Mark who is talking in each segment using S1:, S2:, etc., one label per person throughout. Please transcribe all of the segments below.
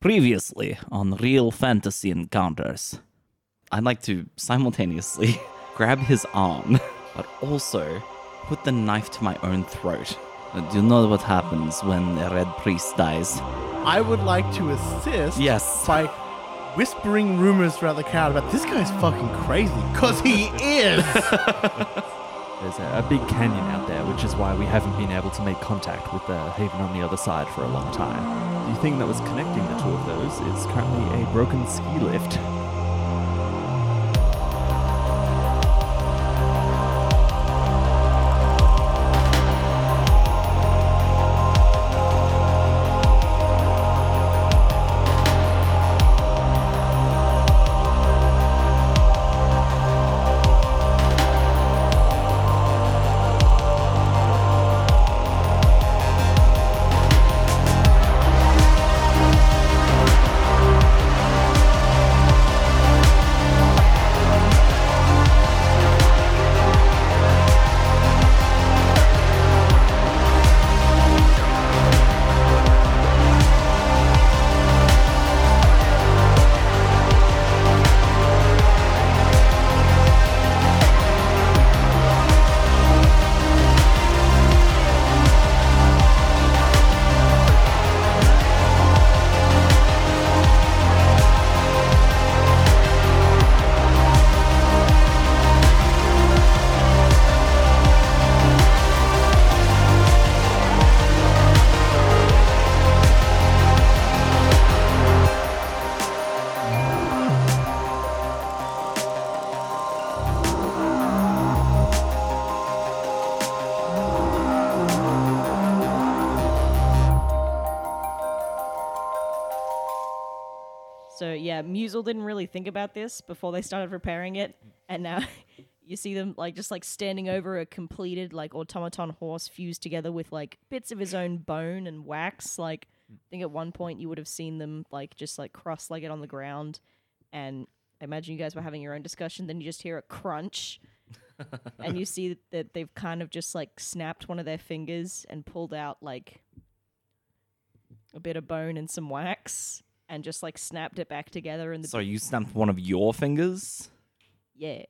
S1: Previously on Real Fantasy Encounters, I'd like to simultaneously grab his arm, but also put the knife to my own throat. Uh, Do you know what happens when a red priest dies?
S2: I would like to assist
S1: Yes.
S2: by whispering rumors throughout the crowd about this guy's fucking crazy. Cause he is.
S3: There's a, a big canyon out there, which is why we haven't been able to make contact with the haven on the other side for a long time. The thing that was connecting the two of those is currently a broken ski lift.
S4: So yeah, Musel didn't really think about this before they started repairing it, and now you see them like just like standing over a completed like automaton horse fused together with like bits of his own bone and wax. Like I think at one point you would have seen them like just like cross-legged on the ground, and I imagine you guys were having your own discussion. Then you just hear a crunch, and you see that they've kind of just like snapped one of their fingers and pulled out like a bit of bone and some wax. And just like snapped it back together, and the
S1: So you snapped one of your fingers?
S4: yeah.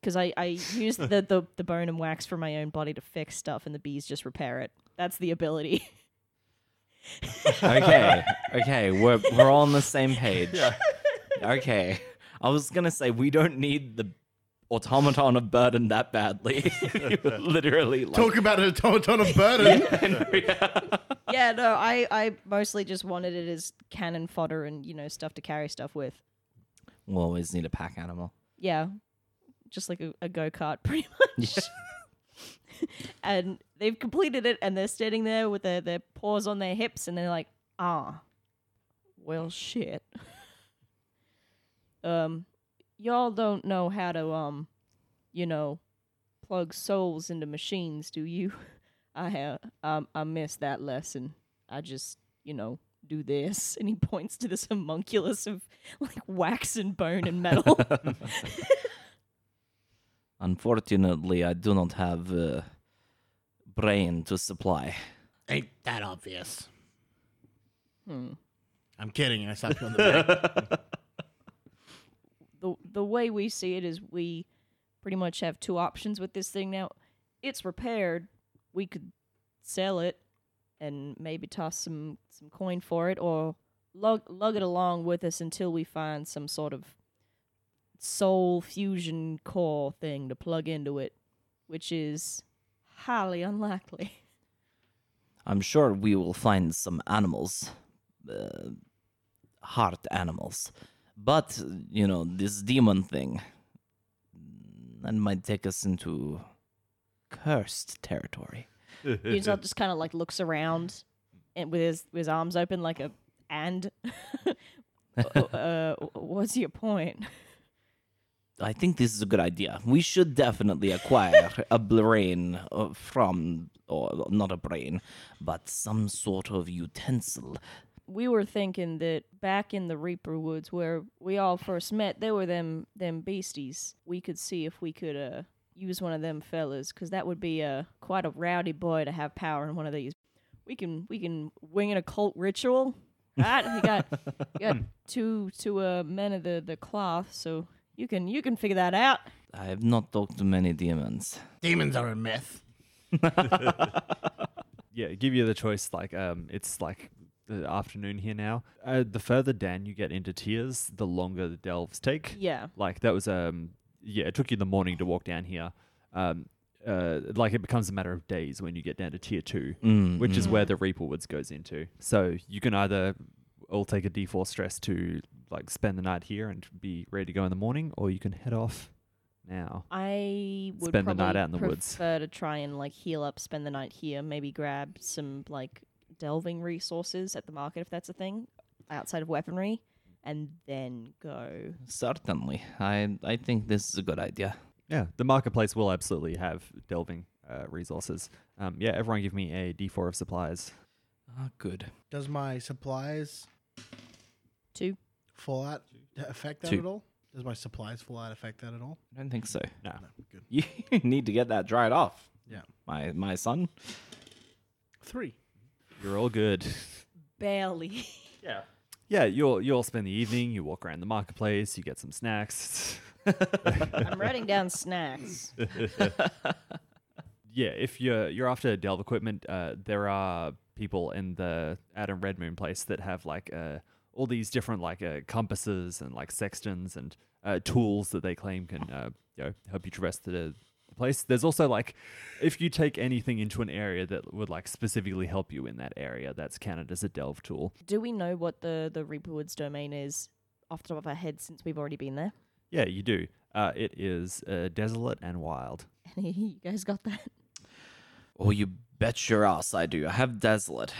S4: Because I, I use the, the, the bone and wax for my own body to fix stuff, and the bees just repair it. That's the ability.
S1: okay, okay, we're we're all on the same page. Okay, I was gonna say we don't need the automaton of burden that badly. You were Literally, like,
S2: Talk about a ton, ton of burden.
S4: yeah, no, I, I mostly just wanted it as cannon fodder and, you know, stuff to carry stuff with.
S1: we'll always need a pack animal.
S4: Yeah. Just like a, a go kart, pretty much. and they've completed it, and they're standing there with their, their paws on their hips, and they're like, ah, well, shit. um, y'all don't know how to, um, you know, plug souls into machines, do you? I have, um, I missed that lesson. I just, you know, do this. And he points to this homunculus of like wax and bone and metal.
S1: Unfortunately, I do not have uh, brain to supply.
S2: Ain't that obvious? I'm kidding. I slapped you on the back.
S4: the the way we see it is we pretty much have two options with this thing now. It's repaired. We could sell it and maybe toss some some coin for it or lug lug it along with us until we find some sort of soul fusion core thing to plug into it, which is highly unlikely.
S1: I'm sure we will find some animals, uh, heart animals. But, you know, this demon thing, mm, that might take us into cursed territory.
S4: Yuzal just kind of like looks around and with his with his arms open like a and uh, what's your point?
S1: I think this is a good idea. We should definitely acquire a brain uh, from, or not a brain, but some sort of utensil.
S4: we were thinking that back in the Reaper Woods where we all first met, there were them them beasties. We could see if we could uh use one of them fellas, 'cause that would be uh, quite a rowdy boy to have power in one of these. We can we can wing an occult ritual. Right, you got you got two two uh, men of the the cloth, so you can you can figure that out.
S1: I have not talked to many demons.
S2: Demons are a myth.
S3: yeah, give you the choice. Like, um, it's like the afternoon here now. Uh, the further down you get into tiers, the longer the delves take.
S4: Yeah.
S3: Like that was um, yeah, it took you the morning to walk down here. Um, uh, like it becomes a matter of days when you get down to tier two,
S1: Mm,
S3: which is where the Reaper Woods goes into. So you can either all take a D4 stress to like spend the night here and be ready to go in the morning, or you can head off now.
S4: I would
S3: Spend the night
S4: probably
S3: out in the woods.
S4: prefer to try and like heal up, spend the night here, maybe grab some like delving resources at the market if that's a thing, outside of weaponry, and then go.
S1: Certainly. I, I think this is a good idea.
S3: Yeah, the marketplace will absolutely have delving uh, resources. Um, yeah, everyone give me a D4 of supplies.
S1: Ah, good.
S2: Does my supplies
S4: Two.
S2: fall out affect that
S1: Two.
S2: at all? Does my supplies fall out affect that at all?
S1: I don't think so.
S3: No.
S2: Good.
S1: You need to get that dried off.
S2: Yeah.
S1: My my son.
S2: Three.
S3: You're all good.
S4: Barely.
S3: Yeah. Yeah, you'll you'll spend the evening, you walk around the marketplace, you get some snacks.
S4: I'm writing down snacks.
S3: yeah, if you're you're after delve equipment, uh, there are people in the Adam Redmoon place that have like uh, all these different like uh, compasses and like sextants and uh, tools that they claim can uh, you know help you traverse the, the place. There's also like if you take anything into an area that would like specifically help you in that area, that's counted as a delve tool.
S4: Do we know what the the Reaper Woods domain is off the top of our head since we've already been there?
S3: Yeah, you do. Uh, it is uh, desolate and wild.
S4: you guys got that?
S1: Oh, you bet your ass I do. I have desolate.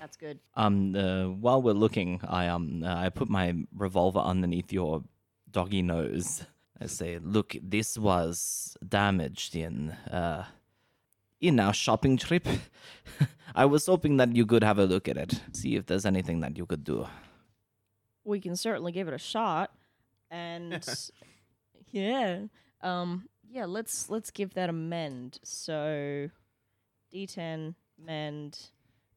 S4: That's good.
S1: Um, uh, while we're looking, I um, uh, I put my revolver underneath your doggy nose. I say, look, this was damaged in uh, in our shopping trip. I was hoping that you could have a look at it, see if there's anything that you could do.
S4: we can certainly give it a shot and yeah um yeah let's let's give that a mend so d10 mend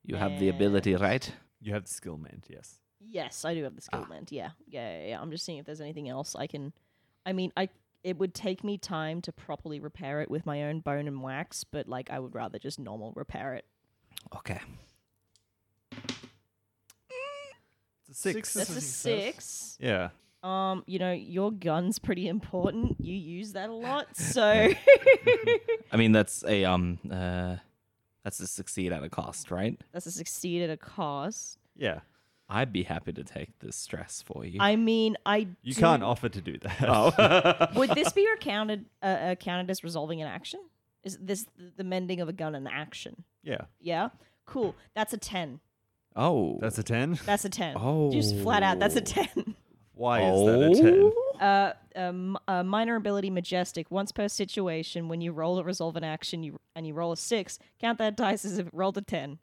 S1: You have the ability, right?
S3: You have the skill meant, yes.
S4: yes i do have the skill mend yeah. yeah yeah yeah i'm just seeing if there's anything else i can i mean i it would take me time to properly repair it with my own bone and wax but like i would rather just normal repair it
S1: Okay.
S3: It's a six.
S2: Six.
S4: that's a six
S3: Yeah.
S4: um you know your gun's pretty important you use that a lot so
S1: I mean, that's a um, uh, that's a succeed at a cost, right?
S4: that's a succeed at a cost
S3: Yeah.
S1: I'd be happy to take this stress for you.
S4: I mean, I
S3: You
S4: do-
S3: can't offer to do that. Oh.
S4: Would this be accounted uh, uh, counted as resolving an action? Is this th- the mending of a gun an action?
S3: yeah.
S4: Yeah, cool. That's a ten.
S1: oh,
S3: That's a 10.
S4: That's a ten. just flat out. That's a
S1: Oh.
S4: ten.
S3: Why is that a 10?
S1: oh.
S4: Uh, um, uh, minor ability majestic. Once per situation, when you roll a resolve an action, you and you roll a six, count that dice as if it rolled a ten.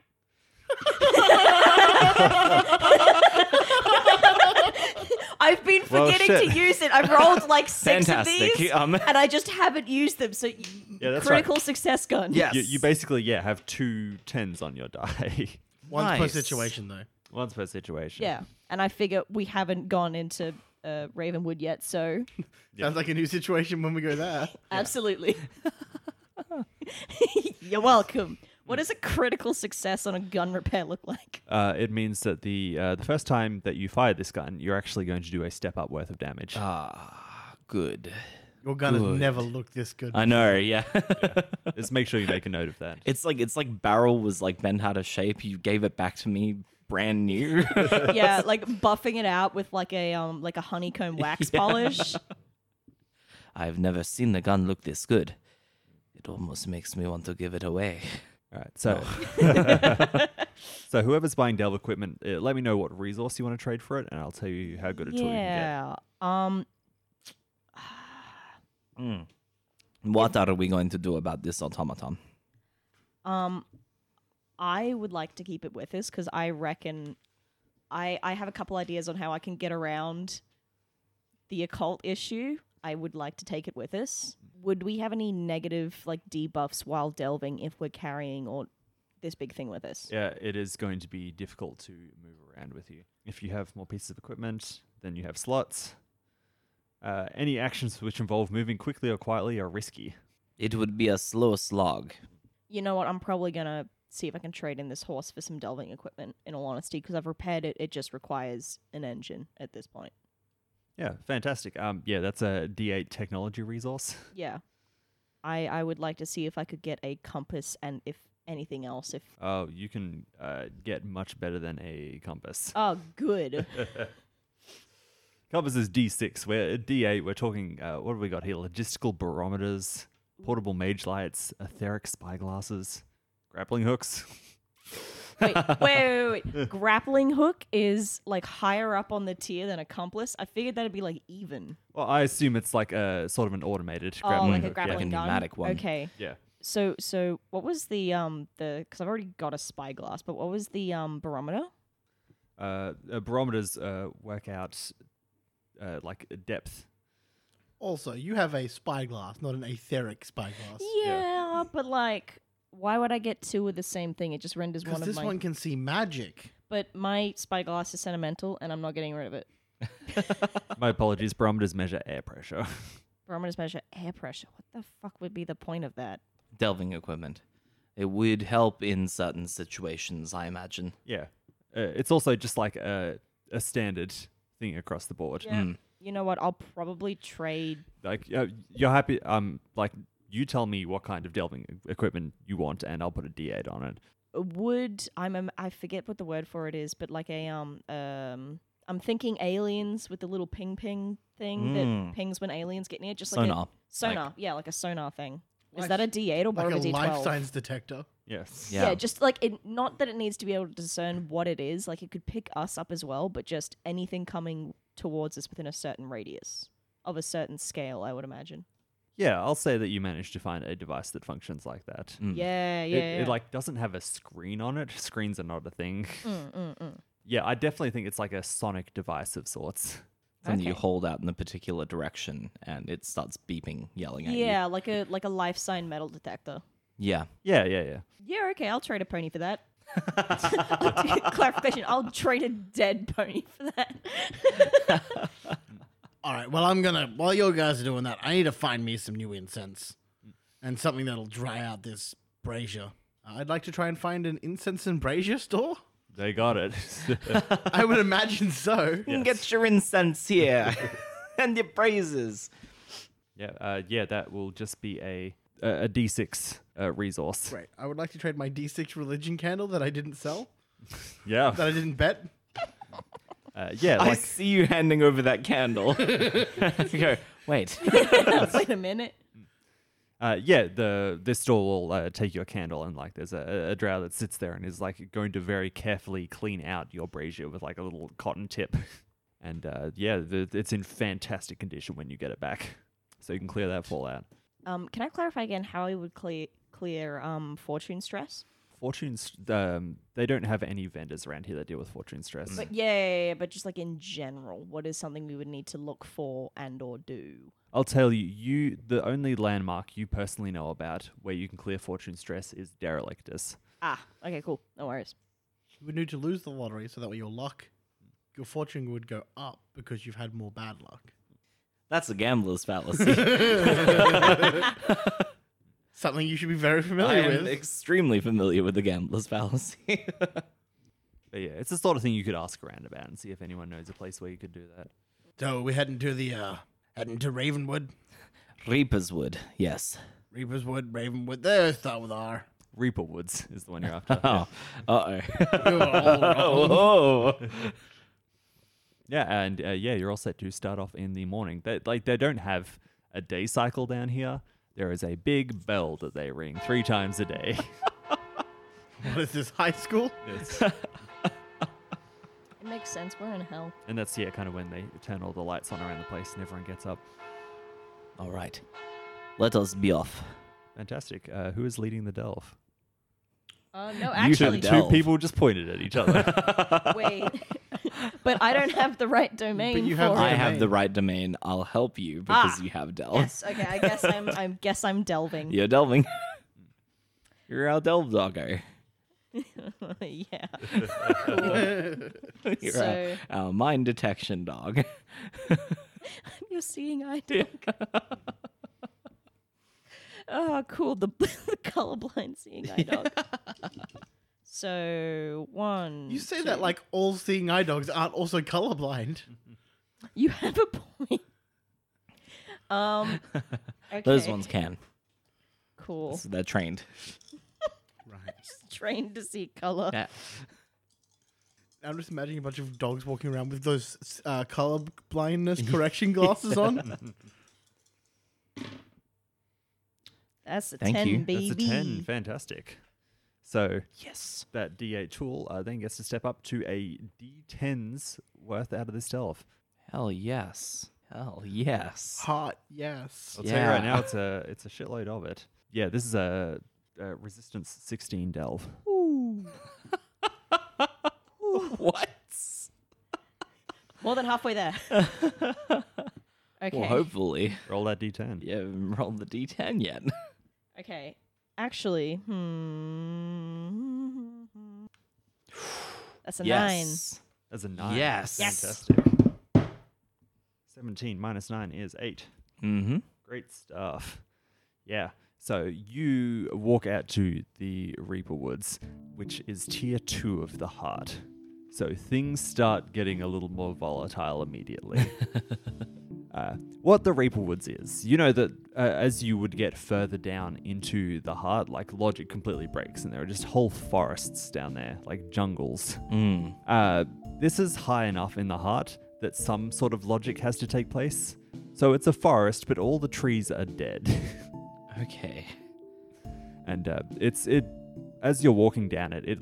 S4: I've been
S3: Well,
S4: forgetting
S3: shit.
S4: to use it. I've rolled like six
S1: Fantastic.
S4: of these,
S1: Um,
S4: and I just haven't used them. So, y-
S3: Yeah, that's
S4: critical
S3: right.
S4: success gun.
S1: Yes.
S3: You, you basically, yeah, have two tens on your die.
S2: One per
S1: Nice.
S2: situation though.
S3: Once per situation.
S4: yeah. And I figure we haven't gone into uh, Ravenwood yet, so
S2: Sounds like a new situation when we go there.
S4: Absolutely. You're welcome. What does a critical success on a gun repair look like?
S3: Uh, it means that the uh, the first time that you fire this gun, you're actually going to do a step up worth of damage.
S1: Ah, good.
S2: Your gun has
S1: Good.
S2: never looked this good.
S1: I know, yeah.
S3: Just make sure you make a note of that.
S1: it's like it's like barrel was like bent out of shape. You gave it back to me brand new.
S4: yeah, like buffing it out with like a um like a honeycomb wax polish.
S1: I've never seen a gun look this good. It almost makes me want to give it away.
S3: All right. So, so whoever's buying Delve equipment, uh, let me know what resource you want to trade for it, and I'll tell you how good a tool you can
S4: yeah. Um
S1: What are we going to do about this automaton?
S4: um I would like to keep it with us cuz I reckon I I have a couple ideas on how I can get around the occult issue. I would like to take it with us. Would we have any negative like debuffs while delving if we're carrying or this big thing with us.
S3: Yeah, it is going to be difficult to move around with you. If you have more pieces of equipment, then you have slots. Uh, any actions which involve moving quickly or quietly are risky.
S1: It would be a slow slog.
S4: You know what? I'm probably gonna see if I can trade in this horse for some delving equipment. In all honesty, because I've repaired it, it just requires an engine at this point.
S3: Yeah, fantastic. Um, yeah, that's a D8 technology resource.
S4: Yeah, I I would like to see if I could get a compass and if anything else. If
S3: Oh, you can uh, get much better than a compass.
S4: oh, good.
S3: Compass is D6. We're at D8. We're talking. Uh, what have we got here? Logistical barometers, portable mage lights, etheric spyglasses, grappling hooks.
S4: wait, wait, wait, wait, wait. Grappling hook is like higher up on the tier than accomplice. I figured that'd be like even.
S3: Well, I assume it's like a sort of an automated
S4: oh,
S3: grappling
S4: like a
S3: hook. yeah.
S4: grappling gun.
S1: pneumatic one.
S4: Okay.
S3: Yeah.
S4: So so what was the um the because I've already got a spyglass, but what was the um barometer?
S3: Uh, uh, barometers uh, work out uh, like uh, depth.
S2: Also, you have a spyglass, not an etheric spyglass.
S4: Yeah, but like, why would I get two of the same thing? It just renders
S2: Because
S4: one of
S2: this
S4: my.
S2: one can see magic.
S4: But my spyglass is sentimental, and I'm not getting rid of it.
S3: My apologies. Barometers measure air pressure.
S4: Barometers measure air pressure. What the fuck would be the point of that?
S1: Delving equipment. It would help in certain situations, I imagine.
S3: yeah. Uh, it's also just like a, a standard thing across the board.
S4: You know what? I'll probably trade.
S3: Like uh, you're happy. Um, like you tell me what kind of delving e- equipment you want, and I'll put a D8 on it.
S4: Would I'm um, I forget what the word for it is, but like a um um I'm thinking aliens with the little ping ping thing that pings when aliens get near, just like
S1: Sonar.
S4: a sonar. yeah, like a sonar thing. Is that a D8 or more
S2: Like
S4: of
S2: a
S4: a D12?
S2: life science detector.
S3: Yes.
S1: Yeah.
S4: Yeah. just like it, not that it needs to be able to discern what it is. Like it could pick us up as well, but just anything coming towards us within a certain radius of a certain scale, I would imagine.
S3: Yeah. I'll say that you managed to find a device that functions like that.
S1: Hmm. Mm.
S4: Yeah, Mm. yeah.
S3: it, it like doesn't have a screen on it. Screens are not a thing.
S4: Mm,
S3: Yeah, I definitely think it's like a sonic device of sorts.
S1: Something you
S4: Okay.
S1: hold out in a particular direction and it starts beeping, yelling at you.
S4: yeah, like a like a life sign metal detector.
S1: Yeah.
S3: Yeah, yeah, yeah.
S4: Yeah, okay, I'll trade a pony for that. Clarification: I'll trade a dead pony for that.
S2: All right. Well, I'm gonna. While you guys are doing that, I need to find me some new incense and something that'll dry out this brazier. Uh, I'd like to try and find an incense and brazier store.
S3: They got it.
S2: I would imagine so.
S1: Get your incense here and your praises.
S3: yeah, uh, yeah. That will just be a a, a D6 uh, resource.
S2: Right. I would like to trade my D6 religion candle that I didn't sell, that
S3: Yeah,
S2: I didn't bet.
S3: uh, yeah.
S1: I
S3: Like
S1: see you handing over that candle. Go, wait.
S4: Wait a minute.
S3: Uh, yeah, the this store will uh, take your candle and like there's a, a drow that sits there and is like going to very carefully clean out your brazier with like a little cotton tip, and uh, yeah, the, it's in fantastic condition when you get it back, so you can clear that fallout.
S4: Um, can I clarify again how I would clear clear um fortune stress?
S3: Fortune's um, they don't have any vendors around here that deal with fortune
S2: Mm.
S3: stress.
S4: But yeah, yeah, yeah, but just like in general, what is something we would need to look for and or do?
S3: I'll tell you, you the only landmark you personally know about where you can clear fortune stress is Derelictus.
S4: Ah, okay, cool. No worries.
S2: You would need to lose the lottery so that way your luck, your fortune would go up because you've had more bad luck.
S1: That's a gambler's fallacy.
S2: Something you should be very
S1: I
S2: familiar
S1: am
S2: with.
S1: extremely familiar with the gambler's fallacy.
S3: But yeah, it's the sort of thing you could ask around about and see if anyone knows a place where you could do that.
S2: so we're heading to the uh heading to Ravenwood.
S1: Reaper's Wood, yes.
S2: Reaper's Wood, Ravenwood. There start with R.
S3: Reaper Woods is the one you're after.
S1: Oh, uh oh.
S2: You are all wrong.
S1: oh.
S3: yeah, and uh, yeah, you're all set to start off in the morning. They, like they don't have a day cycle down here. There is a big bell that they ring three times a day.
S2: What is this high school?
S4: It makes sense. We're in hell.
S3: and that's yeah, kind of when they turn all the lights on around the place and everyone gets up.
S1: All right. Let us be off.
S3: Fantastic. Uh, who is leading the delve?
S4: Uh, no,
S1: actually-
S3: you
S1: the
S3: two
S1: delve.
S3: people just pointed at each other.
S4: wait. but I don't have the right domain.
S2: But you have
S4: for
S2: the-
S1: I
S4: it.
S1: have the right domain. I'll help you because
S4: Ah,
S1: you have delve.
S4: Yes. Okay. I guess I'm. I guess I'm delving.
S1: You're delving. You're our delve doggo.
S4: yeah.
S1: You're
S4: So-
S1: a, a mine detection dog.
S4: You're seeing eye dog. oh, cool. The, the colorblind seeing eye dog. so, one.
S2: You say that like all seeing eye dogs aren't also colorblind.
S4: You have a point. Um.
S1: Those
S4: okay,
S1: ones can.
S4: Cool.
S1: So they're trained.
S4: Trained to see color.
S1: Yeah.
S2: I'm just imagining a bunch of dogs walking around with those uh, color blindness correction glasses on.
S4: That's a
S1: Thank
S4: ten,
S1: you.
S4: baby.
S3: That's a 10. Fantastic. So
S1: Yes.
S3: that D8 tool uh, then gets to step up to a D10's worth out of this delve.
S1: Hell yes. Hell yes.
S2: Hot, yes.
S3: I'll tell you right
S1: Yeah.
S3: now, it's a it's a shitload of it. Yeah, this is a, a resistance 16 delve.
S1: What?
S4: More than halfway there. okay.
S1: Well, hopefully.
S3: Roll that D10.
S1: Yeah, haven't rolled the D10 yet.
S4: Okay. Actually, hmm. That's a nine.
S1: yes.
S3: That's a nine.
S1: Yes. Yes.
S3: Fantastic. 17 minus nine is eight.
S1: Mm-hmm.
S3: Great stuff. Yeah. So you walk out to the Reaper Woods, which is tier two of the heart. So things start getting a little more volatile immediately. uh, what the Reaper Woods is, you know that uh, as you would get further down into the heart, like logic completely breaks, and there are just whole forests down there, like jungles.
S1: Mm.
S3: Uh, this is high enough in the heart that some sort of logic has to take place. So it's a forest, but all the trees are dead.
S1: Okay.
S3: and uh, it's it as you're walking down it, it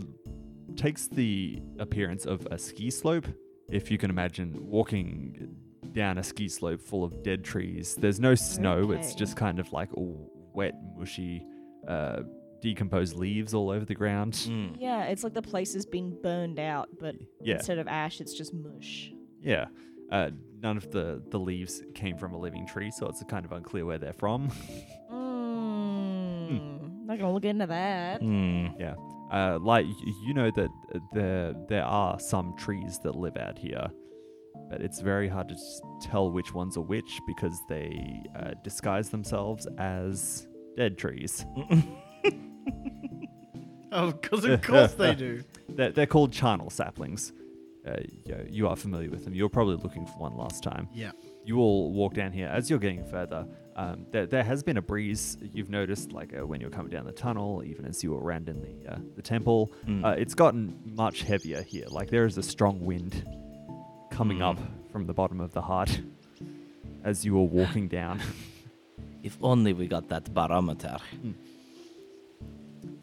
S3: takes the appearance of a ski slope. If you can imagine walking down a ski slope full of dead trees, there's no snow. It's
S4: Okay.
S3: just kind of like all wet, mushy, uh, decomposed leaves all over the ground.
S1: Mm.
S4: Yeah, it's like the place has been burned out, but
S3: Yeah.
S4: instead of ash, it's just mush.
S3: Yeah. Uh, none of the, the leaves came from a living tree, so it's kind of unclear where they're from.
S4: Mm. Not gonna look into that.
S1: Mm.
S3: yeah. Uh, like, y- you know that uh, there, there are some trees that live out here, but it's very hard to s- tell which ones are which because they uh, disguise themselves as dead trees.
S2: Oh, because of course they do.
S3: They're, they're called charnel saplings. Uh, you, you are familiar with them. You were probably looking for one last time.
S2: Yeah.
S3: you all walk down here as you're getting further um, there, there has been a breeze you've noticed like uh, when you're coming down the tunnel even as you were around in the, uh, the temple uh, it's gotten much heavier here like there is a strong wind coming up from the bottom of the heart as you are walking down
S1: If only we got that barometer.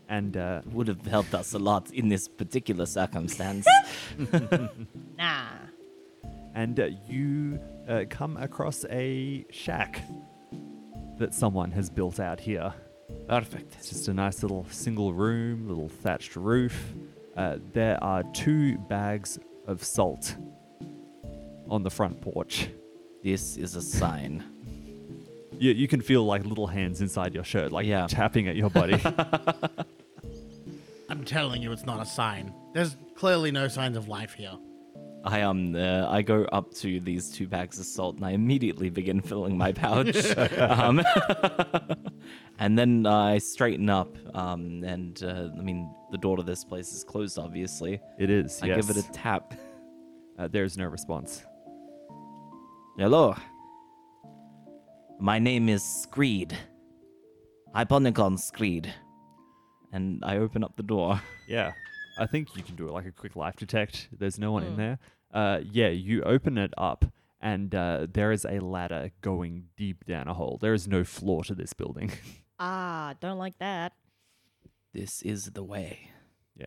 S3: and uh,
S1: Would have helped us a lot in this particular circumstance.
S4: Nah.
S3: and uh, you uh, come across a shack that someone has built out here
S1: Perfect.
S3: It's just a nice little single room, little thatched roof. Uh, there are two bags of salt on the front porch.
S1: This is a sign.
S3: You, you can feel like little hands inside your shirt, like
S1: Yeah.
S3: tapping at your body.
S2: I'm telling you, it's not a sign. There's clearly no signs of life here.
S1: I um, uh, I go up to these two bags of salt and I immediately begin filling my pouch. um, and then I straighten up. Um, and uh, I mean, the door to this place is closed, obviously.
S3: it is.
S1: I give it
S3: yes.
S1: a tap.
S3: uh, there's no response.
S1: Hello. My name is Screed. Hyponicon Screed. And I open up the door.
S3: Yeah, I think you can do it like a quick life detect. There's no one in there. Uh, yeah, you open it up, and uh, there is a ladder going deep down a hole. There is no floor to this building.
S4: Ah, don't like that.
S1: This is the way.
S3: yeah.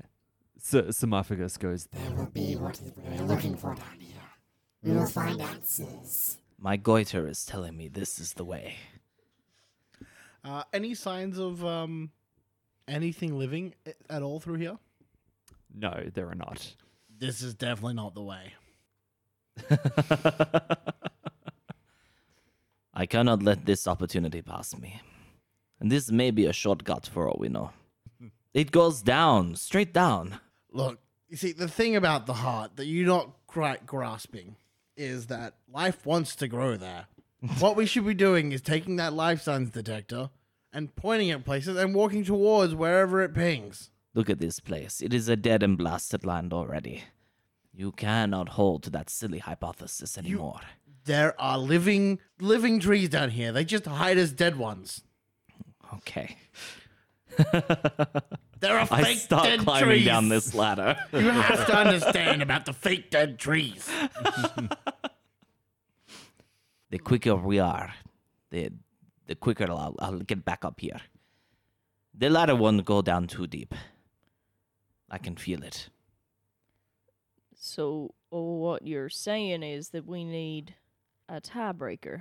S3: So Samophagus goes,
S5: There will be what we're looking for down here. We will find answers.
S1: My goiter is telling me this is the way.
S2: Uh, any signs of um, anything living a- at all through here?
S3: No, there are not.
S2: This is definitely not the way.
S1: I cannot let this opportunity pass me. And this may be a shortcut for all we know. It goes down, straight down.
S2: Look, you see, the thing about the heart that you're not quite grasping is that life wants to grow there. what we should be doing is taking that life signs detector and pointing at places and walking towards wherever it pings.
S1: Look at this place. It is a dead and blasted land already. You cannot hold to that silly hypothesis anymore.
S2: There are living living trees down here. They just hide as dead ones.
S1: Okay.
S2: There are fake
S1: I start
S2: dead
S1: climbing
S2: trees.
S1: down this ladder.
S2: You have to understand about the fake dead trees.
S1: the quicker we are, the the quicker I'll, I'll get back up here. The ladder won't go down too deep. I can feel it.
S4: So oh, what you're saying is that we need a tiebreaker.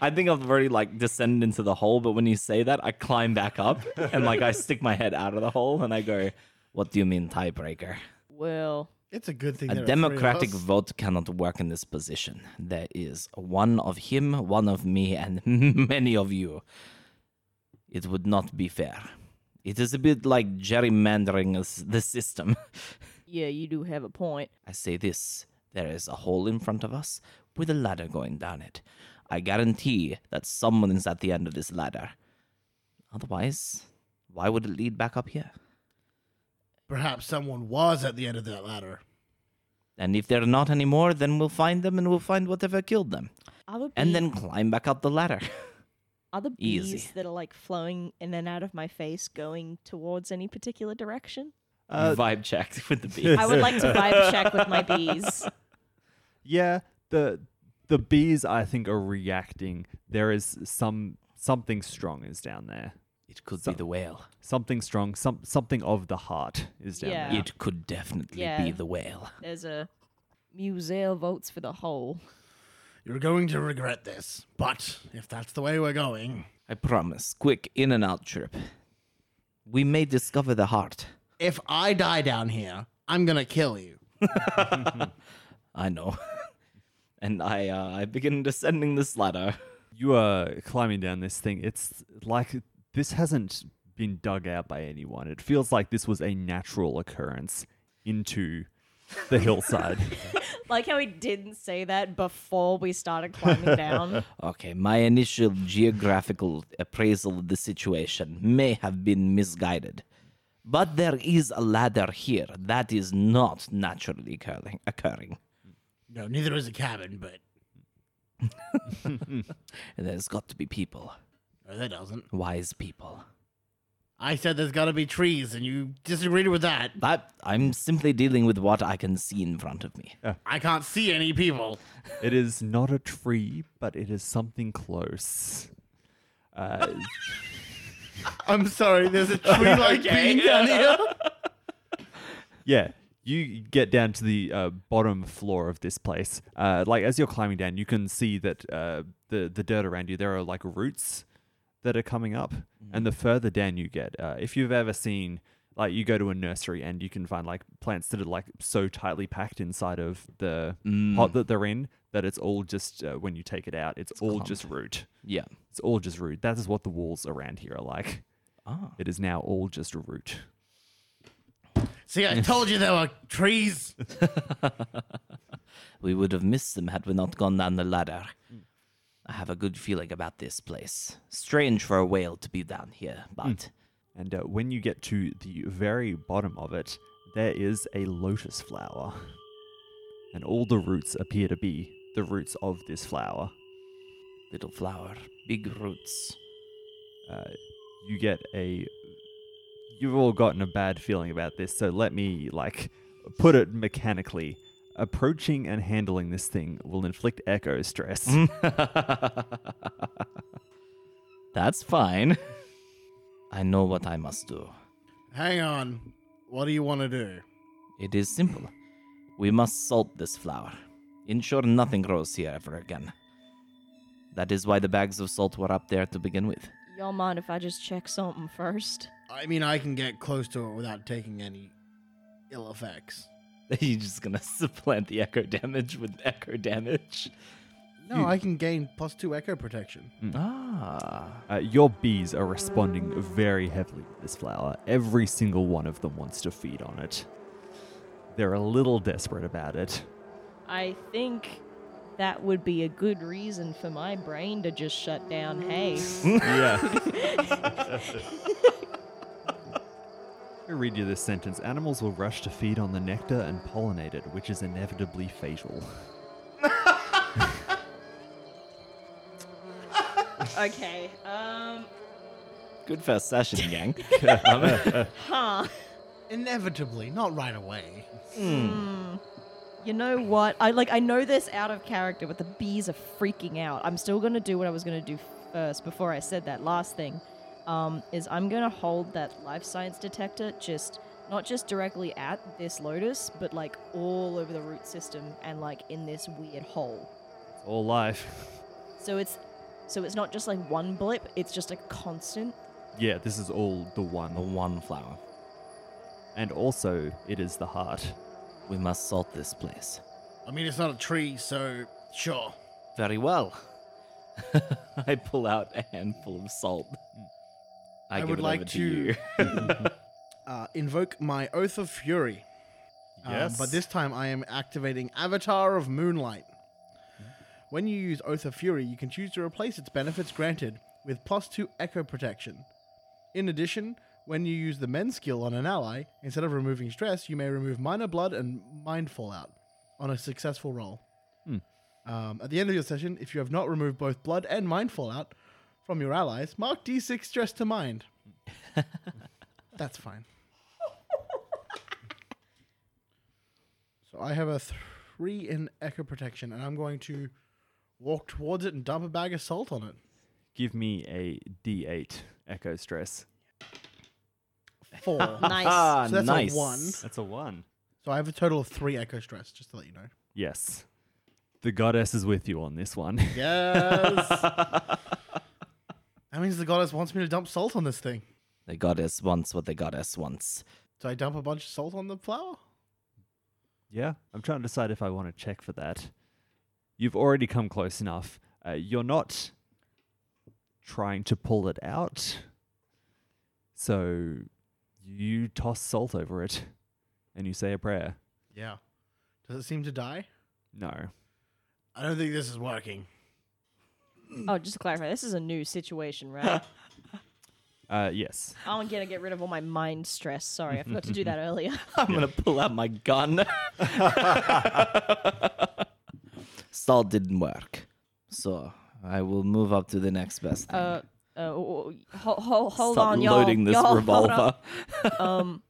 S1: I think I've already like descended into the hole, but when you say that, I climb back up and like I stick my head out of the hole and I go, "What do you mean tiebreaker?
S4: Well,
S2: It's a good thing.
S1: A
S2: there are three of
S1: democratic
S2: us.
S1: vote cannot work in this position. There is one of him, one of me, and many of you. It would not be fair. It is a bit like gerrymandering us- the system."
S4: yeah, you do have a point.
S1: I say this there is a hole in front of us with a ladder going down it. I guarantee that someone is at the end of this ladder. Otherwise, why would it lead back up here?
S2: Perhaps someone was at the end of that ladder.
S1: And if they're not anymore, then we'll find them and we'll find whatever killed them.
S4: Are the
S1: And
S4: bee-
S1: then climb back up the ladder.
S4: are the bees
S1: easy.
S4: that are like flowing in and out of my face going towards any particular direction?
S1: Vibe check with the bees.
S4: Uh, I would like to vibe check with my bees.
S3: Yeah, the the bees I think are reacting. There is some something strong is down there.
S1: It could
S3: So-
S1: be the whale.
S3: Something strong, some something of the heart is down
S4: Yeah.
S3: there.
S1: It could definitely
S4: Yeah.
S1: be the whale.
S4: There's a museo votes for the whole.
S2: You're going to regret this, but if that's the way we're going,
S1: I promise. Quick in and out trip. We may discover the heart.
S2: if I die down here, I'm gonna kill you.
S1: I know. and I uh, I begin descending this ladder.
S3: You are climbing down this thing. It's like this hasn't been dug out by anyone. It feels like this was a natural occurrence into the hillside.
S4: Like how he didn't say that before we started climbing down.
S1: Okay, my initial geographical appraisal of the situation may have been misguided. But there is a ladder here that is not naturally occurring. occurring.
S2: No, neither is a cabin, but
S1: And there's got to be people,
S2: no, that doesn't.
S1: wise people.
S2: I said there's gotta be trees, and you disagreed with that.
S1: That I'm simply dealing with what I can see in front of me.
S2: I can't see any people.
S3: it is not a tree, but it is something close. Uh,
S2: I'm sorry, there's a tree like being down here.
S3: Yeah, you get down to the uh, bottom floor of this place. Uh, like as you're climbing down, you can see that uh, the the dirt around you there are like roots that are coming up. And the further down you get, uh, if you've ever seen like you go to a nursery and you can find like plants that are like so tightly packed inside of the pot that they're in that it's all just uh, when you take it out, it's, all just root.
S1: Yeah.
S3: It's all just root. That is what the walls around here are like.
S1: Ah.
S3: It is now all just root.
S2: See, I told you there were trees.
S1: We would have missed them had we not gone down the ladder. I have a good feeling about this place. Strange for a whale to be down here, but
S3: And uh, when you get to the very bottom of it, there is a lotus flower. And all the roots appear to be the roots of this flower.
S1: little flower, big roots.
S3: Uh, you get a. You've all gotten a bad feeling about this, so let me, like, put it mechanically. Approaching and handling this thing will inflict echo stress.
S1: That's fine. I know what I must do.
S2: Hang on. What do you want to do?
S1: It is simple. We must salt this flower. Ensure nothing grows here ever again. That is why the bags of salt were up there to begin with.
S4: Y'all mind if I just check something first?
S2: I mean, I can get close to it without taking any ill effects.
S1: Are you just gonna supplant the echo damage with echo damage?
S2: No, I can gain plus two echo protection.
S1: Ah.
S3: Uh, your bees are responding very heavily to this flower. Every single one of them wants to feed on it. They're a little desperate about it.
S4: I think that would be a good reason for my brain to just shut down. Hey,
S3: Yeah. I read you this sentence. Animals will rush to feed on the nectar and pollinate it, which is inevitably fatal.
S4: okay, um,
S1: Good first session, gang.
S4: huh.
S2: Inevitably, not right away.
S4: You know what? I like I know this out of character, but the bees are freaking out. I'm still gonna do what I was gonna do first before I said that last thing. Um, is I'm gonna hold that life science detector just not just directly at this lotus, but like all over the root system and like in this weird hole.
S3: It's all life.
S4: So it's so it's not just like one blip, it's just a constant.
S3: Yeah, this is all the
S1: the
S3: one.
S1: one flower.
S3: And also, it is the heart.
S1: We must salt this place.
S2: I mean, it's not a tree, so sure.
S1: Very well. I pull out a handful of salt. I,
S2: I
S1: give
S2: would
S1: it
S2: like
S1: over to,
S2: to-
S1: you.
S2: Uh, invoke my Oath of Fury. Um, but this time I am activating Avatar of Moonlight. When you use Oath of Fury, you can choose to replace its benefits granted with plus two echo protection. In addition, when you use the men's skill on an ally, instead of removing stress, you may remove minor blood and mind fallout on a successful roll. Um, at the end of your session, if you have not removed both blood and mind fallout from your allies, mark d6 stress to mind. That's fine. So I have a three in echo protection, and I'm going to walk towards it and dump a bag of salt on it.
S3: Give me a D8 echo stress.
S2: Four. so
S4: Nice.
S1: Ah,
S2: So that's a
S1: nice.
S2: one.
S3: That's a one.
S2: I have a total of three echo stress, just to let you know.
S3: Yes. The goddess is with you on this one.
S2: Yes. that means the goddess wants me to dump salt on this thing.
S1: The goddess wants what the goddess wants.
S2: So I dump a bunch of salt on the flower.
S3: Yeah, I'm trying to decide if I want to check for that. You've already come close enough. Uh, you're not trying to pull it out. So you toss salt over it and you say a prayer.
S2: Yeah. Does it seem to die?
S3: No.
S2: I don't think this is working.
S4: Oh, just to clarify, this is a new situation, right?
S3: Uh, yes.
S4: I'm gonna get rid of all my mind stress. Sorry, I forgot to do that earlier.
S1: I'm gonna pull out my gun. Salt didn't work, so I will move up to the next best thing.
S4: uh, uh, hold, hold, hold
S1: Stop
S4: on, y'all.
S1: loading this
S4: Y'all, hold on.
S1: revolver.
S4: Um,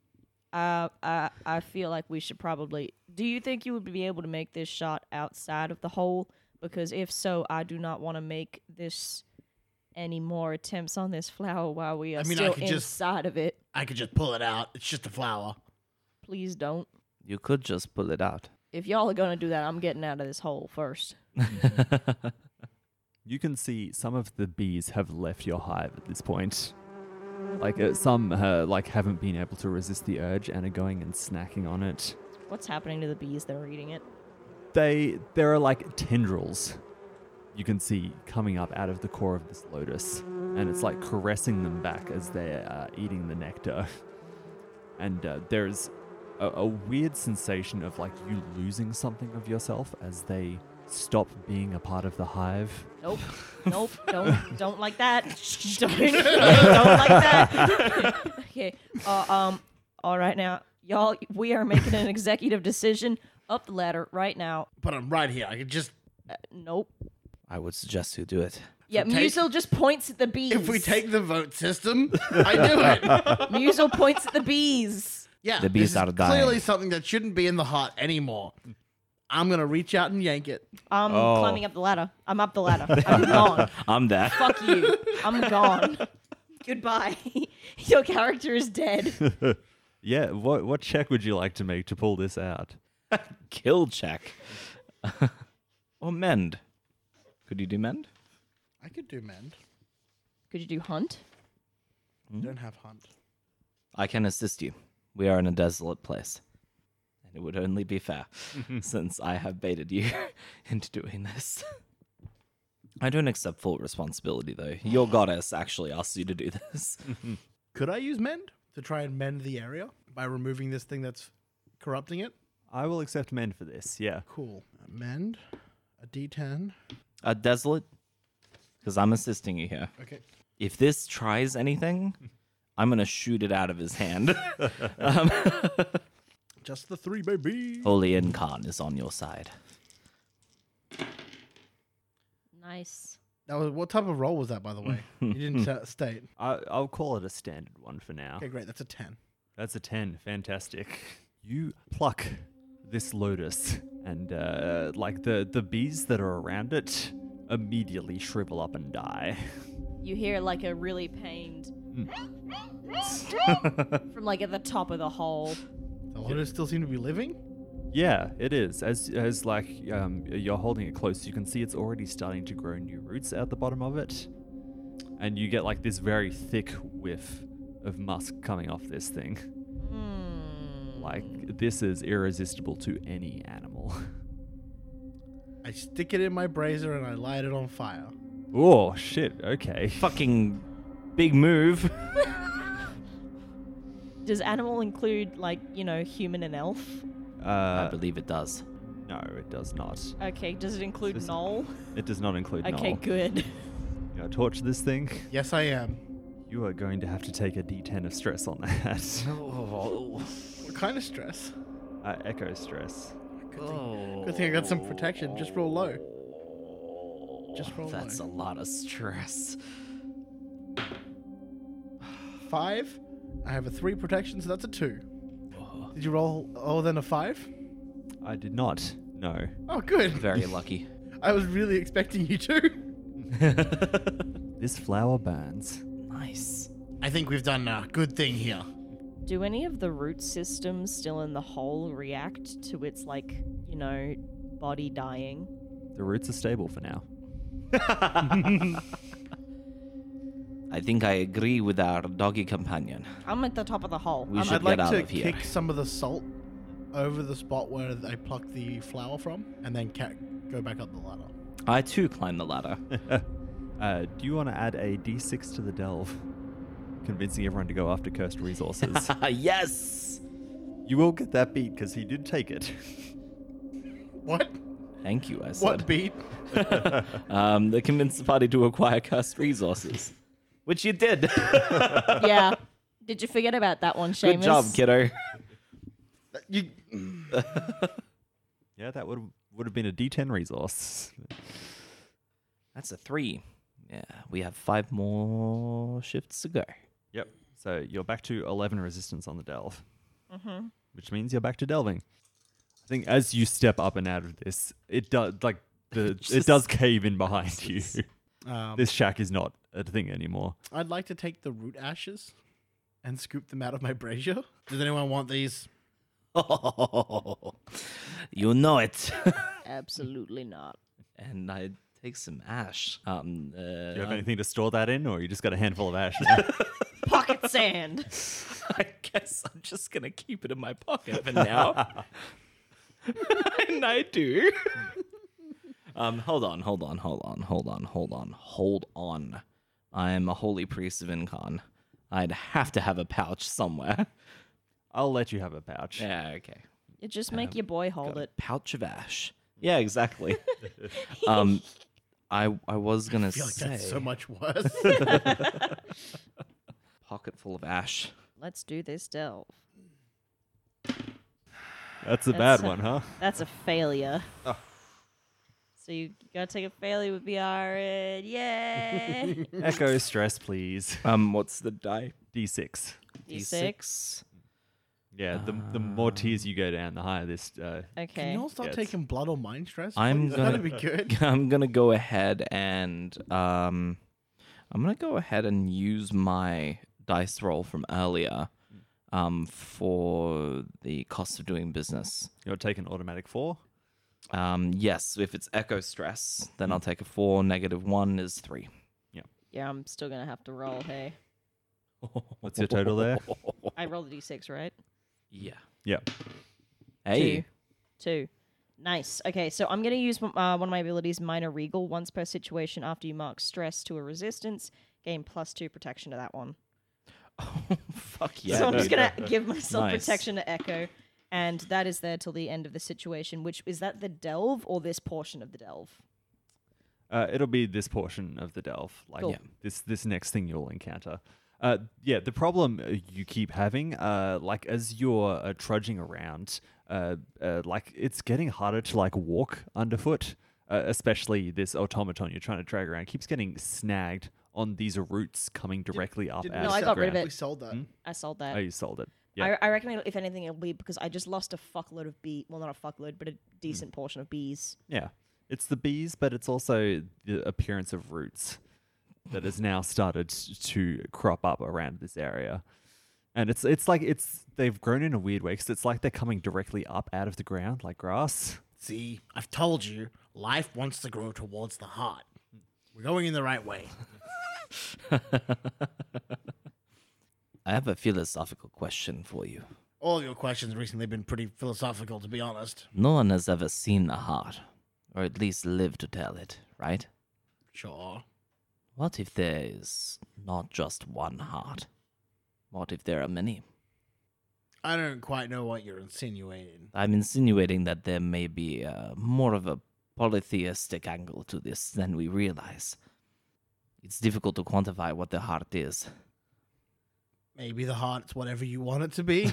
S4: I, I, I feel like we should probably. Do you think you would be able to make this shot outside of the hole? Because if so, I do not want to make this any more attempts on this flower while we are
S2: I mean, I
S4: still
S2: could just-
S4: inside of it.
S2: I could just pull it out. It's just a flower.
S4: Please don't.
S1: You could just pull it out.
S4: If y'all are gonna do that, I'm getting out of this hole first.
S3: You can see some of the bees have left your hive at this point. Like uh, some uh, like haven't been able to resist the urge and are going and snacking on it.
S4: What's happening to the bees that are eating it?
S3: they there are like tendrils you can see coming up out of the core of this lotus and it's like caressing them back as they are eating the nectar and uh, there's a, a weird sensation of like you losing something of yourself as they stop being a part of the hive
S4: Nope. Nope. Don't don't like that. don't, don't like that. okay. Uh, um. All right now, y'all. We are making an executive decision up the ladder right now.
S2: But I'm right here. I could just.
S4: Uh, nope.
S1: I would suggest you do it.
S4: Yeah,
S2: take-
S4: Musil just points at the bees.
S2: If we take the vote system, I do it.
S4: Musil points at the bees.
S2: Yeah,
S1: The bees
S2: this is
S1: are dying.
S2: Clearly, something that shouldn't be in the heart anymore. I'm gonna reach out and yank it.
S4: I'm
S3: Oh.
S4: climbing up the ladder. I'm up the ladder. I'm gone.
S1: I'm there.
S4: Fuck you. I'm gone. Goodbye. Your character is dead.
S3: yeah what what check would you like to make to pull this out
S1: Kill check. or mend. Could you do mend?
S2: I could do mend.
S4: Could you do hunt?
S1: Hmm?
S2: Don't have hunt.
S1: I can assist you. We are in a desolate place. And it would only be fair since I have baited you into doing this. I don't accept full responsibility, though. Your goddess actually asked you to do this.
S2: Could I use mend to try and mend the area by removing this thing that's corrupting it?
S3: I will accept mend for this. Yeah.
S2: Cool. Mend a D10.
S1: uh, desolate, because I'm assisting you here.
S2: Okay.
S1: If this tries anything, I'm gonna shoot it out of his hand. um,
S2: Just the three, baby.
S1: Holy Incarn is on your side.
S4: Nice.
S2: That was what type of roll was that, by the way? you didn't sa- state.
S3: I, I'll call it a standard one for now.
S2: Okay, great. That's a ten.
S3: That's a 10. Fantastic. You pluck this lotus, and uh, like the, the bees that are around it immediately shrivel up and die.
S4: You hear like a really pained
S1: Hmm.
S4: from like at the top of the hole.
S2: The lotus still seem to be living.
S3: yeah, it is. As, as like um, you're holding it close, you can see it's already starting to grow new roots at the bottom of it. And you get like this very thick whiff of musk coming off this thing.
S4: Hmm.
S3: Like, this is irresistible to any animal.
S2: I stick it in my brazier and I light it on fire.
S3: oh, shit. Okay.
S1: Fucking big move.
S4: Does animal include like, you know, human and elf?
S1: I
S3: Uh,
S1: believe it does.
S3: No, it does not.
S4: Okay, does it include
S3: Just-
S4: Knoll?
S3: It does not include
S4: Okay,
S3: Noel.
S4: good.
S3: You know, torch this thing.
S2: Yes, I am.
S3: You are going to have to take a D10 of stress on that.
S1: Oh.
S2: What kind of stress?
S3: uh, echo stress.
S2: Good thing I got some protection. Just roll low. Just roll
S1: That's a
S2: low.
S1: lot of stress.
S2: Five. I have a three protection, so that's a two. Did you roll oh then a five?
S3: I did not. No.
S2: Oh, good.
S1: Very lucky.
S2: I was really expecting you to.
S3: This flower burns.
S1: Nice.
S2: I think we've done a good thing here.
S4: Do any of the root systems still in the hole react to its like, you know, body dying?
S3: The roots are stable for now.
S1: I think I agree with our doggy companion.
S4: I'm at the top of the hole.
S1: We
S4: I'm
S1: should
S2: Um, I'd like
S4: at-
S1: get out
S2: to
S1: of here.
S2: kick some of the salt over the spot where I plucked the flower from, and then ca- go back up the ladder.
S1: I too climb the ladder.
S3: Uh, do you want to add a D6 to the delve? Convincing everyone to go after cursed resources.
S1: yes.
S3: you will get that beat because he did take it.
S2: What?
S1: Thank you. I
S2: What
S1: said.
S2: beat?
S1: Um, they convinced the party to acquire cursed resources, which you did.
S4: yeah. Did you forget about that one, Seamus?
S1: Good job, kiddo.
S2: You
S3: yeah, that would would have been a D10 resource.
S1: That's a three. Yeah, we have five more shifts to go.
S3: Yep. So you're back to 11 resistance on the delve, which means you're back to delving. I think as you step up and out of this, it does like the it
S1: Just-
S3: does cave in behind you.
S2: Um,
S3: this shack is not a thing anymore.
S2: I'd like to take the root ashes and scoop them out of my brazier. Does anyone want these?
S1: you know it.
S4: Absolutely not.
S1: and I take some ash. Um, uh,
S3: Do you have
S1: I-
S3: anything to store that in, or you just got a handful of ash? now?
S4: Pocket sand.
S1: I guess I'm just gonna keep it in my pocket for now. and I do. um, hold on, hold on, hold on, hold on, hold on, hold on. I'm a holy priest of Incan. I'd have to have a pouch somewhere.
S3: I'll let you have a pouch.
S1: Yeah, okay.
S4: You just make
S1: Um,
S4: your boy hold it.
S1: Pouch of ash. Yeah, exactly. um, I I was gonna
S2: I feel like
S1: say
S2: that's so much worse.
S1: pocket full of ash.
S4: Let's do this delve.
S3: That's
S4: That's-
S3: a bad one, huh?
S4: That's a failure. So you gotta take a failure with BR. Yay!
S3: Echo stress, please.
S1: Um, what's the die?
S3: D6.
S4: D6.
S3: Yeah, the, the more tiers you go down, the higher this. Uh,
S2: Can
S4: Okay.
S2: you all start
S3: Yes.
S2: taking blood or mind stress?
S1: I'm
S2: please?
S1: gonna-
S2: That'd be good.
S1: I'm gonna go ahead and um, I'm gonna go ahead and use my dice roll from earlier, um, for the cost of doing business.
S3: you'll take an automatic four.
S1: Um, yes, if it's echo stress, then I'll take a four. Negative one is three.
S4: Yeah, I'm still gonna have to roll. Hey,
S3: What's your total there?
S4: I rolled a D6, right?
S1: Yeah.
S3: Yep.
S1: Hey,
S4: Two. Two. Nice. Okay, so I'm going to use uh, one of my abilities, Minor Regal, once per situation after you mark stress to a resistance. Gain plus two protection to that one.
S1: Fuck yeah.
S4: so I'm just
S1: dude.
S4: going to give myself
S1: Nice.
S4: protection to Echo, and that is there till the end of the situation, which is that the delve or this portion of the delve?
S3: Uh, it'll be this portion of the delve, like
S4: Cool. Yeah.
S3: this this next thing you'll encounter. Uh, yeah, the problem uh, you keep having, uh, like as you're uh, trudging around, uh, uh, like it's getting harder to like walk underfoot. Uh, especially this automaton you're trying to drag around keeps getting snagged on these roots coming directly up.
S2: Did
S3: out
S2: we
S4: No, I
S3: the
S4: got rid of
S3: ground.
S4: it.
S2: We sold
S1: Hmm?
S2: that.
S4: I sold that.
S3: Oh, you sold it. Yeah.
S4: I, I reckon, it'll, if anything, it'll be because I just lost a fuckload of bee. Well, not a fuckload, but a decent portion of bees.
S3: Yeah. It's the bees, but it's also the appearance of roots that has now started to crop up around this area. And it's it's like it's they've grown in a weird way because it's like they're coming directly up out of the ground like grass.
S2: See, I've told you, life wants to grow towards the heart. We're going in the right way.
S1: I have a philosophical question for you.
S2: All your questions recently have been pretty philosophical, to be honest.
S1: No one has ever seen a heart, or at least lived to tell it, right?
S2: Sure.
S1: What if there is not just one heart? What if there are many?
S2: I don't quite know what you're insinuating.
S1: I'm insinuating that there may be uh, more of a polytheistic angle to this than we realize. It's difficult to quantify what the heart is.
S2: Maybe the heart's whatever you want it to be.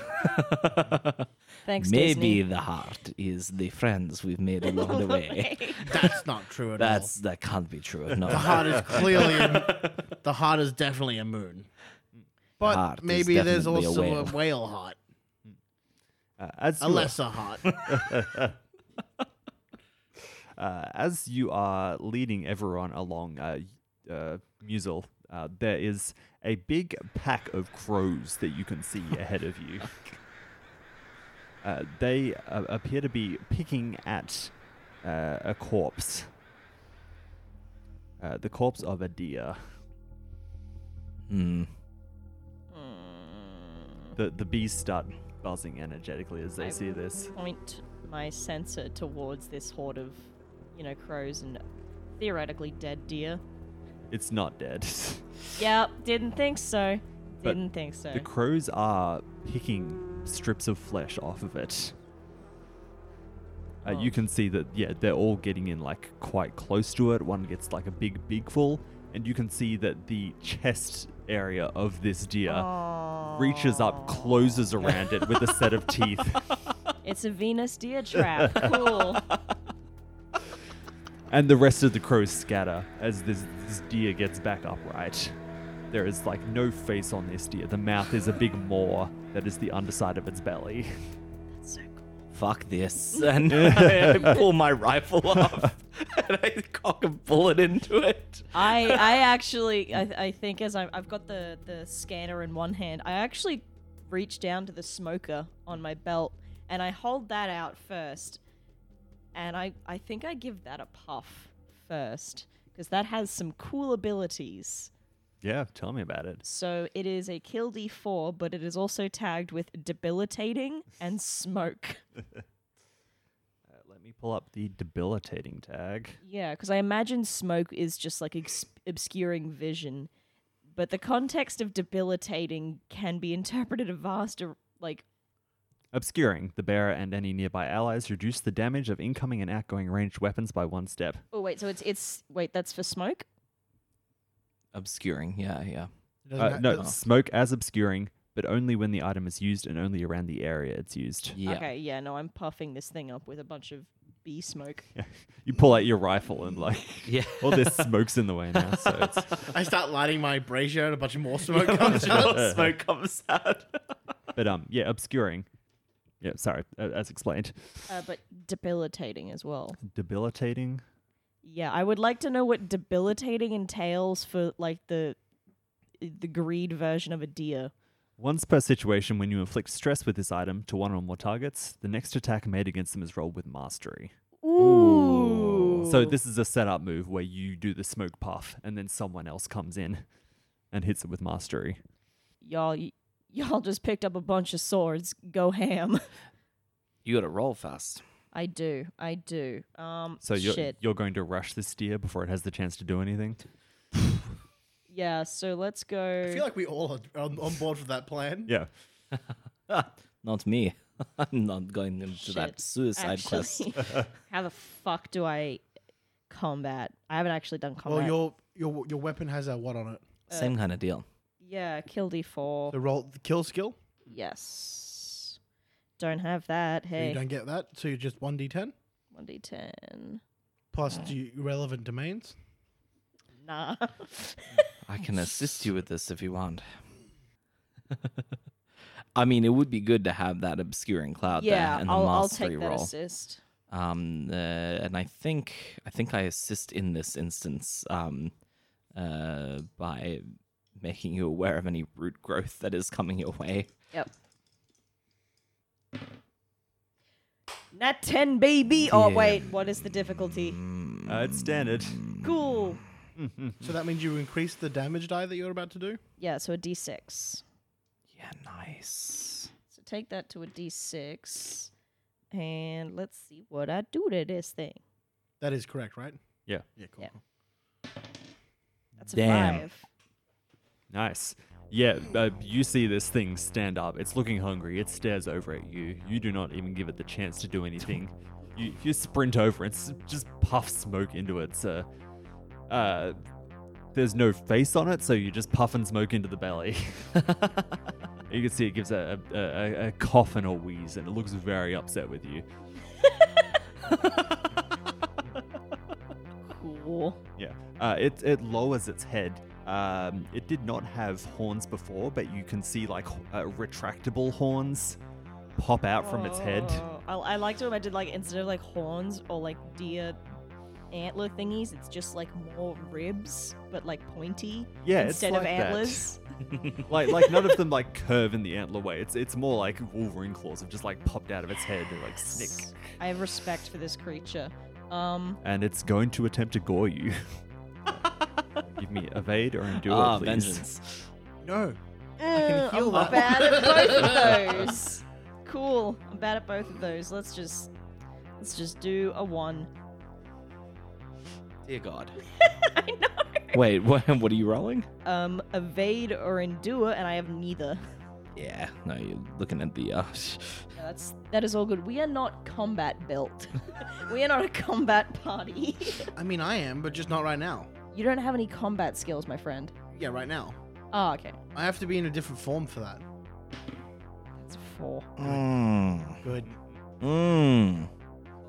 S4: Thanks,
S1: Maybe
S4: Disney.
S1: the heart is the friends we've made along the way.
S2: That's not true at
S1: That's that can't be true of no
S2: all. The heart is clearly a, the heart is definitely a moon. But
S1: Heart is
S2: maybe there's
S1: definitely a
S2: also a whale,
S1: whale.
S2: heart,
S3: Uh, as
S2: a
S3: you are-
S2: lesser heart.
S3: uh, as you are leading everyone along, uh, y- uh, Musil, uh, there is a big pack of crows that you can see ahead of you. Uh, they uh, appear to be picking at uh, a corpse, uh, the corpse of a deer.
S1: Hmm.
S3: The the bees start buzzing energetically as they
S4: I-
S3: see this.
S4: Point my sensor towards this horde of, you know, crows and theoretically dead deer.
S3: It's not dead.
S4: Yep, didn't think so.
S3: But
S4: Didn't think so.
S3: the crows are picking strips of flesh off of it. Uh, You
S4: Oh.
S3: can see that, yeah, they're all getting in like quite close to it. One gets like a big, big full, and you can see that the chest area of this deer reaches up, closes around it with a set of teeth.
S4: it's a Venus deer trap. cool.
S3: and the rest of the crows scatter as this, this deer gets back upright. There is like no face on this deer. The mouth is a big maw that is the underside of its belly.
S4: So cool.
S1: Fuck this! And I, I pull my rifle off and I cock a bullet into it.
S4: I I actually I, I think as I, I've got the the scanner in one hand, I actually reach down to the smoker on my belt and I hold that out first, and I I think I give that a puff first because that has some cool abilities.
S3: Yeah, tell me about it.
S4: So it is a kill D4, but it is also tagged with debilitating and smoke.
S3: Uh, Let me pull up the debilitating tag.
S4: Yeah, because I imagine smoke is just like ex- obscuring vision, but the context of debilitating can be interpreted a vast, ar- like,
S3: Obscuring the bearer and any nearby allies reduce the damage of incoming and outgoing ranged weapons by one step.
S4: oh wait, so it's it's wait, that's for smoke.
S1: Obscuring, yeah, yeah.
S3: Uh, no, smoke as obscuring, but only when the item is used and only around the area it's used.
S1: Yeah.
S4: Okay, yeah, no, I'm puffing this thing up with a bunch of bee smoke.
S3: You pull out your rifle and like,
S1: Yeah.
S3: all this smoke's in the way now. So it's,
S2: I start lighting my brazier and a bunch of more smoke comes out.
S1: smoke comes out.
S3: but um, yeah, obscuring. Yeah, sorry, uh, as explained.
S4: Uh, but debilitating as well.
S3: Debilitating.
S4: Yeah, I would like to know what debilitating entails for like the the greed version of a deer.
S3: Once per situation, when you inflict stress with this item to one or more targets, the next attack made against them is rolled with mastery.
S4: Ooh.
S3: So this is a setup move where you do the smoke puff and then someone else comes in and hits it with mastery.
S4: y'all y- y'all just picked up a bunch of swords. Go ham.
S1: You gotta roll fast.
S4: I do. I do. Um,
S3: So you're
S4: shit.
S3: you're going to rush this deer before it has the chance to do anything.
S4: yeah. So let's go.
S2: I feel like we all are on, on board for that plan.
S3: Yeah.
S1: Not me. I'm not going into
S4: Shit,
S1: that suicide quest.
S4: actually. how the fuck do I combat? I haven't actually done combat.
S2: Well, your your your weapon has a what on it?
S4: Uh,
S1: Same kind of deal.
S4: yeah, kill D4.
S2: The roll, the kill skill.
S4: Yes. Don't have that.
S2: So You
S4: Hey,
S2: don't get that, so you're just one d10
S4: one d10.
S2: plus do you- relevant domains.
S4: Nah.
S1: I can assist you with this if you want. I mean, it would be good to have that obscuring cloud
S4: yeah,
S1: there and the
S4: I'll, I'll
S1: mastery
S4: take that
S1: roll.
S4: assist.
S1: Um, uh, and I think I think I assist in this instance um, uh, by making you aware of any root growth that is coming your way.
S4: Yep. Nat 10, baby. Oh
S1: Yeah.
S4: wait, what is the difficulty?
S3: Uh, it's standard.
S4: Mm. Cool.
S2: So that means you increase the damage die that you're about to do.
S4: Yeah, so a d6.
S1: Yeah, nice.
S4: So take that to a d6, and let's see what I do to this thing.
S2: That is correct, right?
S3: Yeah.
S2: Yeah, cool.
S4: Yeah. That's a
S1: Damn.
S4: five.
S3: Nice. Yeah, uh, you see this thing stand up. It's looking hungry. It stares over at you. You do not even give it the chance to do anything. You, you sprint over and s- just puff smoke into it. So, uh, there's no face on it, so you just puff and smoke into the belly. you can see it gives a, a, a, a cough and a wheeze, and it looks very upset with you.
S4: Cool.
S3: Yeah. Uh, it it lowers its head. Um, it did not have horns before, but you can see like h- uh, retractable horns pop out from its head.
S4: Oh, I, I like to imagine like instead of like horns or like deer antler thingies, it's just like more ribs, but like pointy
S3: Yeah, it's
S4: instead
S3: like
S4: of
S3: that.
S4: antlers.
S3: Like like none of them like curve in the antler way. It's it's more like Wolverine claws have just like popped out of its head and like snick.
S4: I have respect for this creature. Um,
S3: And it's going to attempt to gore you. Give me evade or endure,
S1: Ah,
S3: please.
S1: vengeance.
S2: No,
S4: eh,
S2: heal that.
S4: I'm bad at both of those. Cool. I'm bad at both of those. Let's just let's just do a one.
S1: Dear God.
S4: I know.
S1: Wait, what? What are you rolling?
S4: Um, evade or endure, and I have neither.
S1: Yeah, no, you're looking at the. Uh,
S4: Yeah, That's that is all good. We are not combat built. we are not a combat party.
S2: I mean I am, but just not right now.
S4: you don't have any combat skills, my friend.
S2: Yeah, right now.
S4: Oh, okay.
S2: I have to be in a different form for that.
S4: That's a four.
S1: mm,
S2: Good.
S1: mm,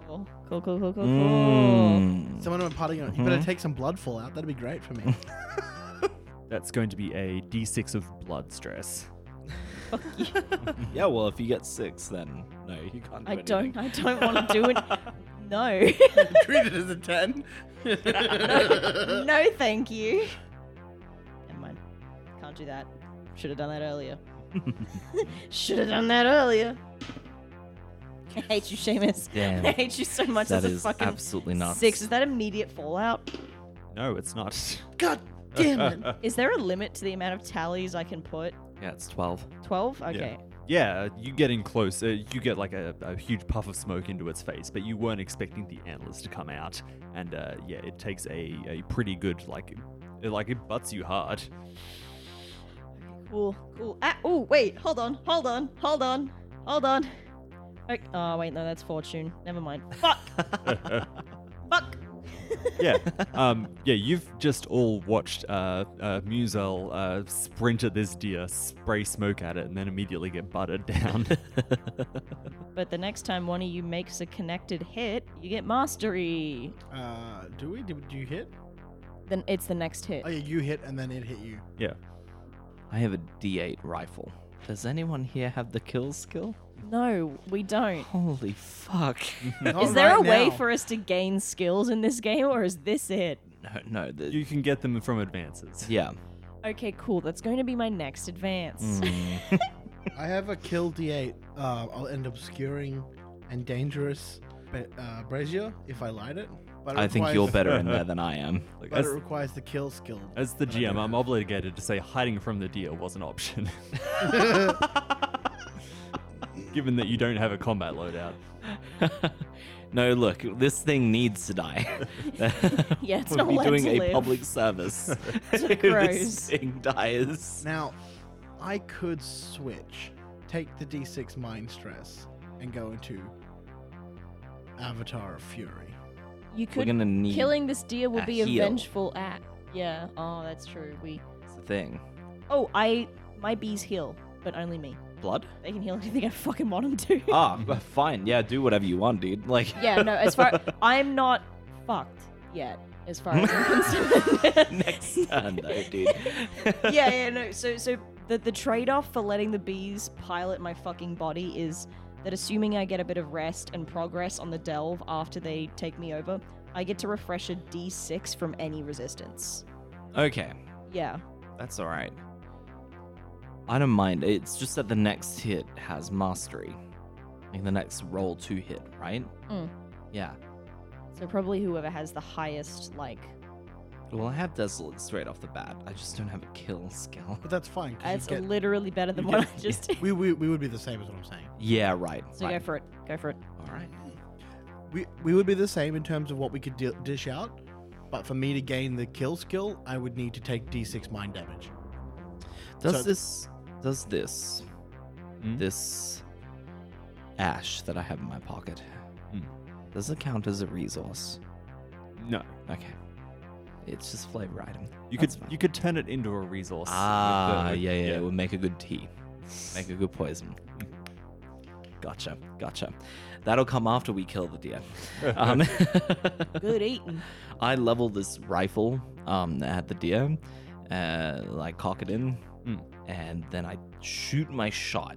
S4: Cool. Cool. Cool. Cool. Cool. Oh, cool.
S1: mm.
S2: Someone went partying. on You better take some blood fall out. That'd be great for me.
S3: That's going to be a d6 of blood stress.
S1: Yeah, well, if you get six, then no, you can't. Do
S4: I
S1: anything.
S4: don't. I don't want to do it. No.
S2: Treat it as a ten.
S4: no, thank you. Never mind. Can't do that. Should have done that earlier. Should have done that earlier. I hate you, Seamus.
S1: Damn.
S4: I hate you so much.
S1: That
S4: That's a
S1: is
S4: fucking
S1: absolutely not
S4: six. Is that immediate fallout?
S3: No, it's not.
S2: God damn it.
S4: Is there a limit to the amount of tallies I can put?
S1: Yeah, it's twelve.
S4: 12? Okay.
S3: Yeah, you get in close. Uh, you get like a, a huge puff of smoke into its face, but you weren't expecting the antlers to come out. And uh, yeah, it takes a, a pretty good like, it, like it butts you hard.
S4: Cool, cool. Ah, oh, wait, hold on, hold on, hold on, hold on. Oh, oh, wait, no, that's fortune. Never mind. Fuck! Fuck!
S3: Yeah, um, yeah. You've just all watched uh, uh, Musel uh, sprint at this deer, spray smoke at it, and then immediately get butted down.
S4: But the next time one of you makes a connected hit, you get mastery.
S2: Uh, do we? Do, do you hit?
S4: Then it's the next hit.
S2: Oh yeah, you hit and then it hit you.
S3: yeah.
S1: I have a D8 rifle. Does anyone here have the kill skill?
S4: No, we don't.
S1: Holy fuck!
S2: Not
S4: Is there
S2: right
S4: a way
S2: now.
S4: for us to gain skills in this game, or is this it?
S1: no, no. The,
S3: You can get them from advances.
S1: yeah.
S4: Okay, cool. That's going to be my next advance.
S1: Mm.
S2: I have a kill D8. Uh, I'll end up obscuring and dangerous ba- uh, brazier if I light it. But it
S1: I think
S2: requires-
S1: you're better in there than I am.
S3: Like,
S2: But it
S3: as,
S2: requires the kill skill.
S3: as the GM, I'm obligated to say hiding from the deer was an option. given that you don't have a combat loadout.
S1: no, look, this thing needs to die.
S4: Yeah, it's
S1: We'll
S4: not
S1: be
S4: allowed
S1: doing
S4: to
S1: a
S4: live.
S1: public service. if
S4: gross.
S1: this thing dies.
S2: Now, I could switch, take the D6 mind stress, and go into Avatar of Fury.
S4: You
S1: We're
S4: could
S1: gonna need
S4: killing this deer will
S1: a
S4: be a
S1: heal.
S4: vengeful act. Yeah. Oh, that's true. We.
S1: the thing.
S4: Oh, I my bees heal, but only me.
S1: Blood?
S4: They can heal anything I fucking want them to.
S1: Ah, b- fine. Yeah, do whatever you want, dude. Like,
S4: yeah. No. As far I'm not fucked yet. As far as I'm concerned.
S1: next turn, though, dude.
S4: yeah, yeah, no. So, so the the trade off for letting the bees pilot my fucking body is that assuming I get a bit of rest and progress on the delve after they take me over, I get to refresh a D6 from any resistance.
S1: Okay,
S4: Yeah.
S1: that's all right. I don't mind. It's just that the next hit has mastery. Like the next roll to hit, right?
S4: Mm.
S1: Yeah.
S4: So probably whoever has the highest like.
S1: Well, I have desolate straight off the bat. I just don't have a kill skill.
S2: But that's fine. 'cause you
S4: It's
S2: get-
S4: literally better than
S2: you
S4: what
S2: get-
S4: I just did.
S2: we, we, we would be the same, is what I'm saying.
S1: Yeah, right.
S4: So
S1: right.
S4: go for it. Go for it.
S1: All right.
S2: We, we would be the same in terms of what we could di- dish out, but for me to gain the kill skill, I would need to take D6 mind damage.
S1: Does
S2: So-
S1: this does this Hmm?
S3: Mm.
S1: this ash that I have in my pocket
S3: Mm.
S1: does it count as a resource?
S3: No,
S1: Okay, it's just flavor item.
S3: you
S1: That's
S3: could
S1: fine.
S3: you could turn it into a resource. with the-
S1: ah
S3: with-
S1: yeah yeah, it would make a good tea, make a good poison. Gotcha, gotcha. That'll come after we kill the deer. Um,
S4: Good eating.
S1: I level this rifle um, at the deer, uh, like cock it in,
S3: Mm.
S1: and then I shoot my shot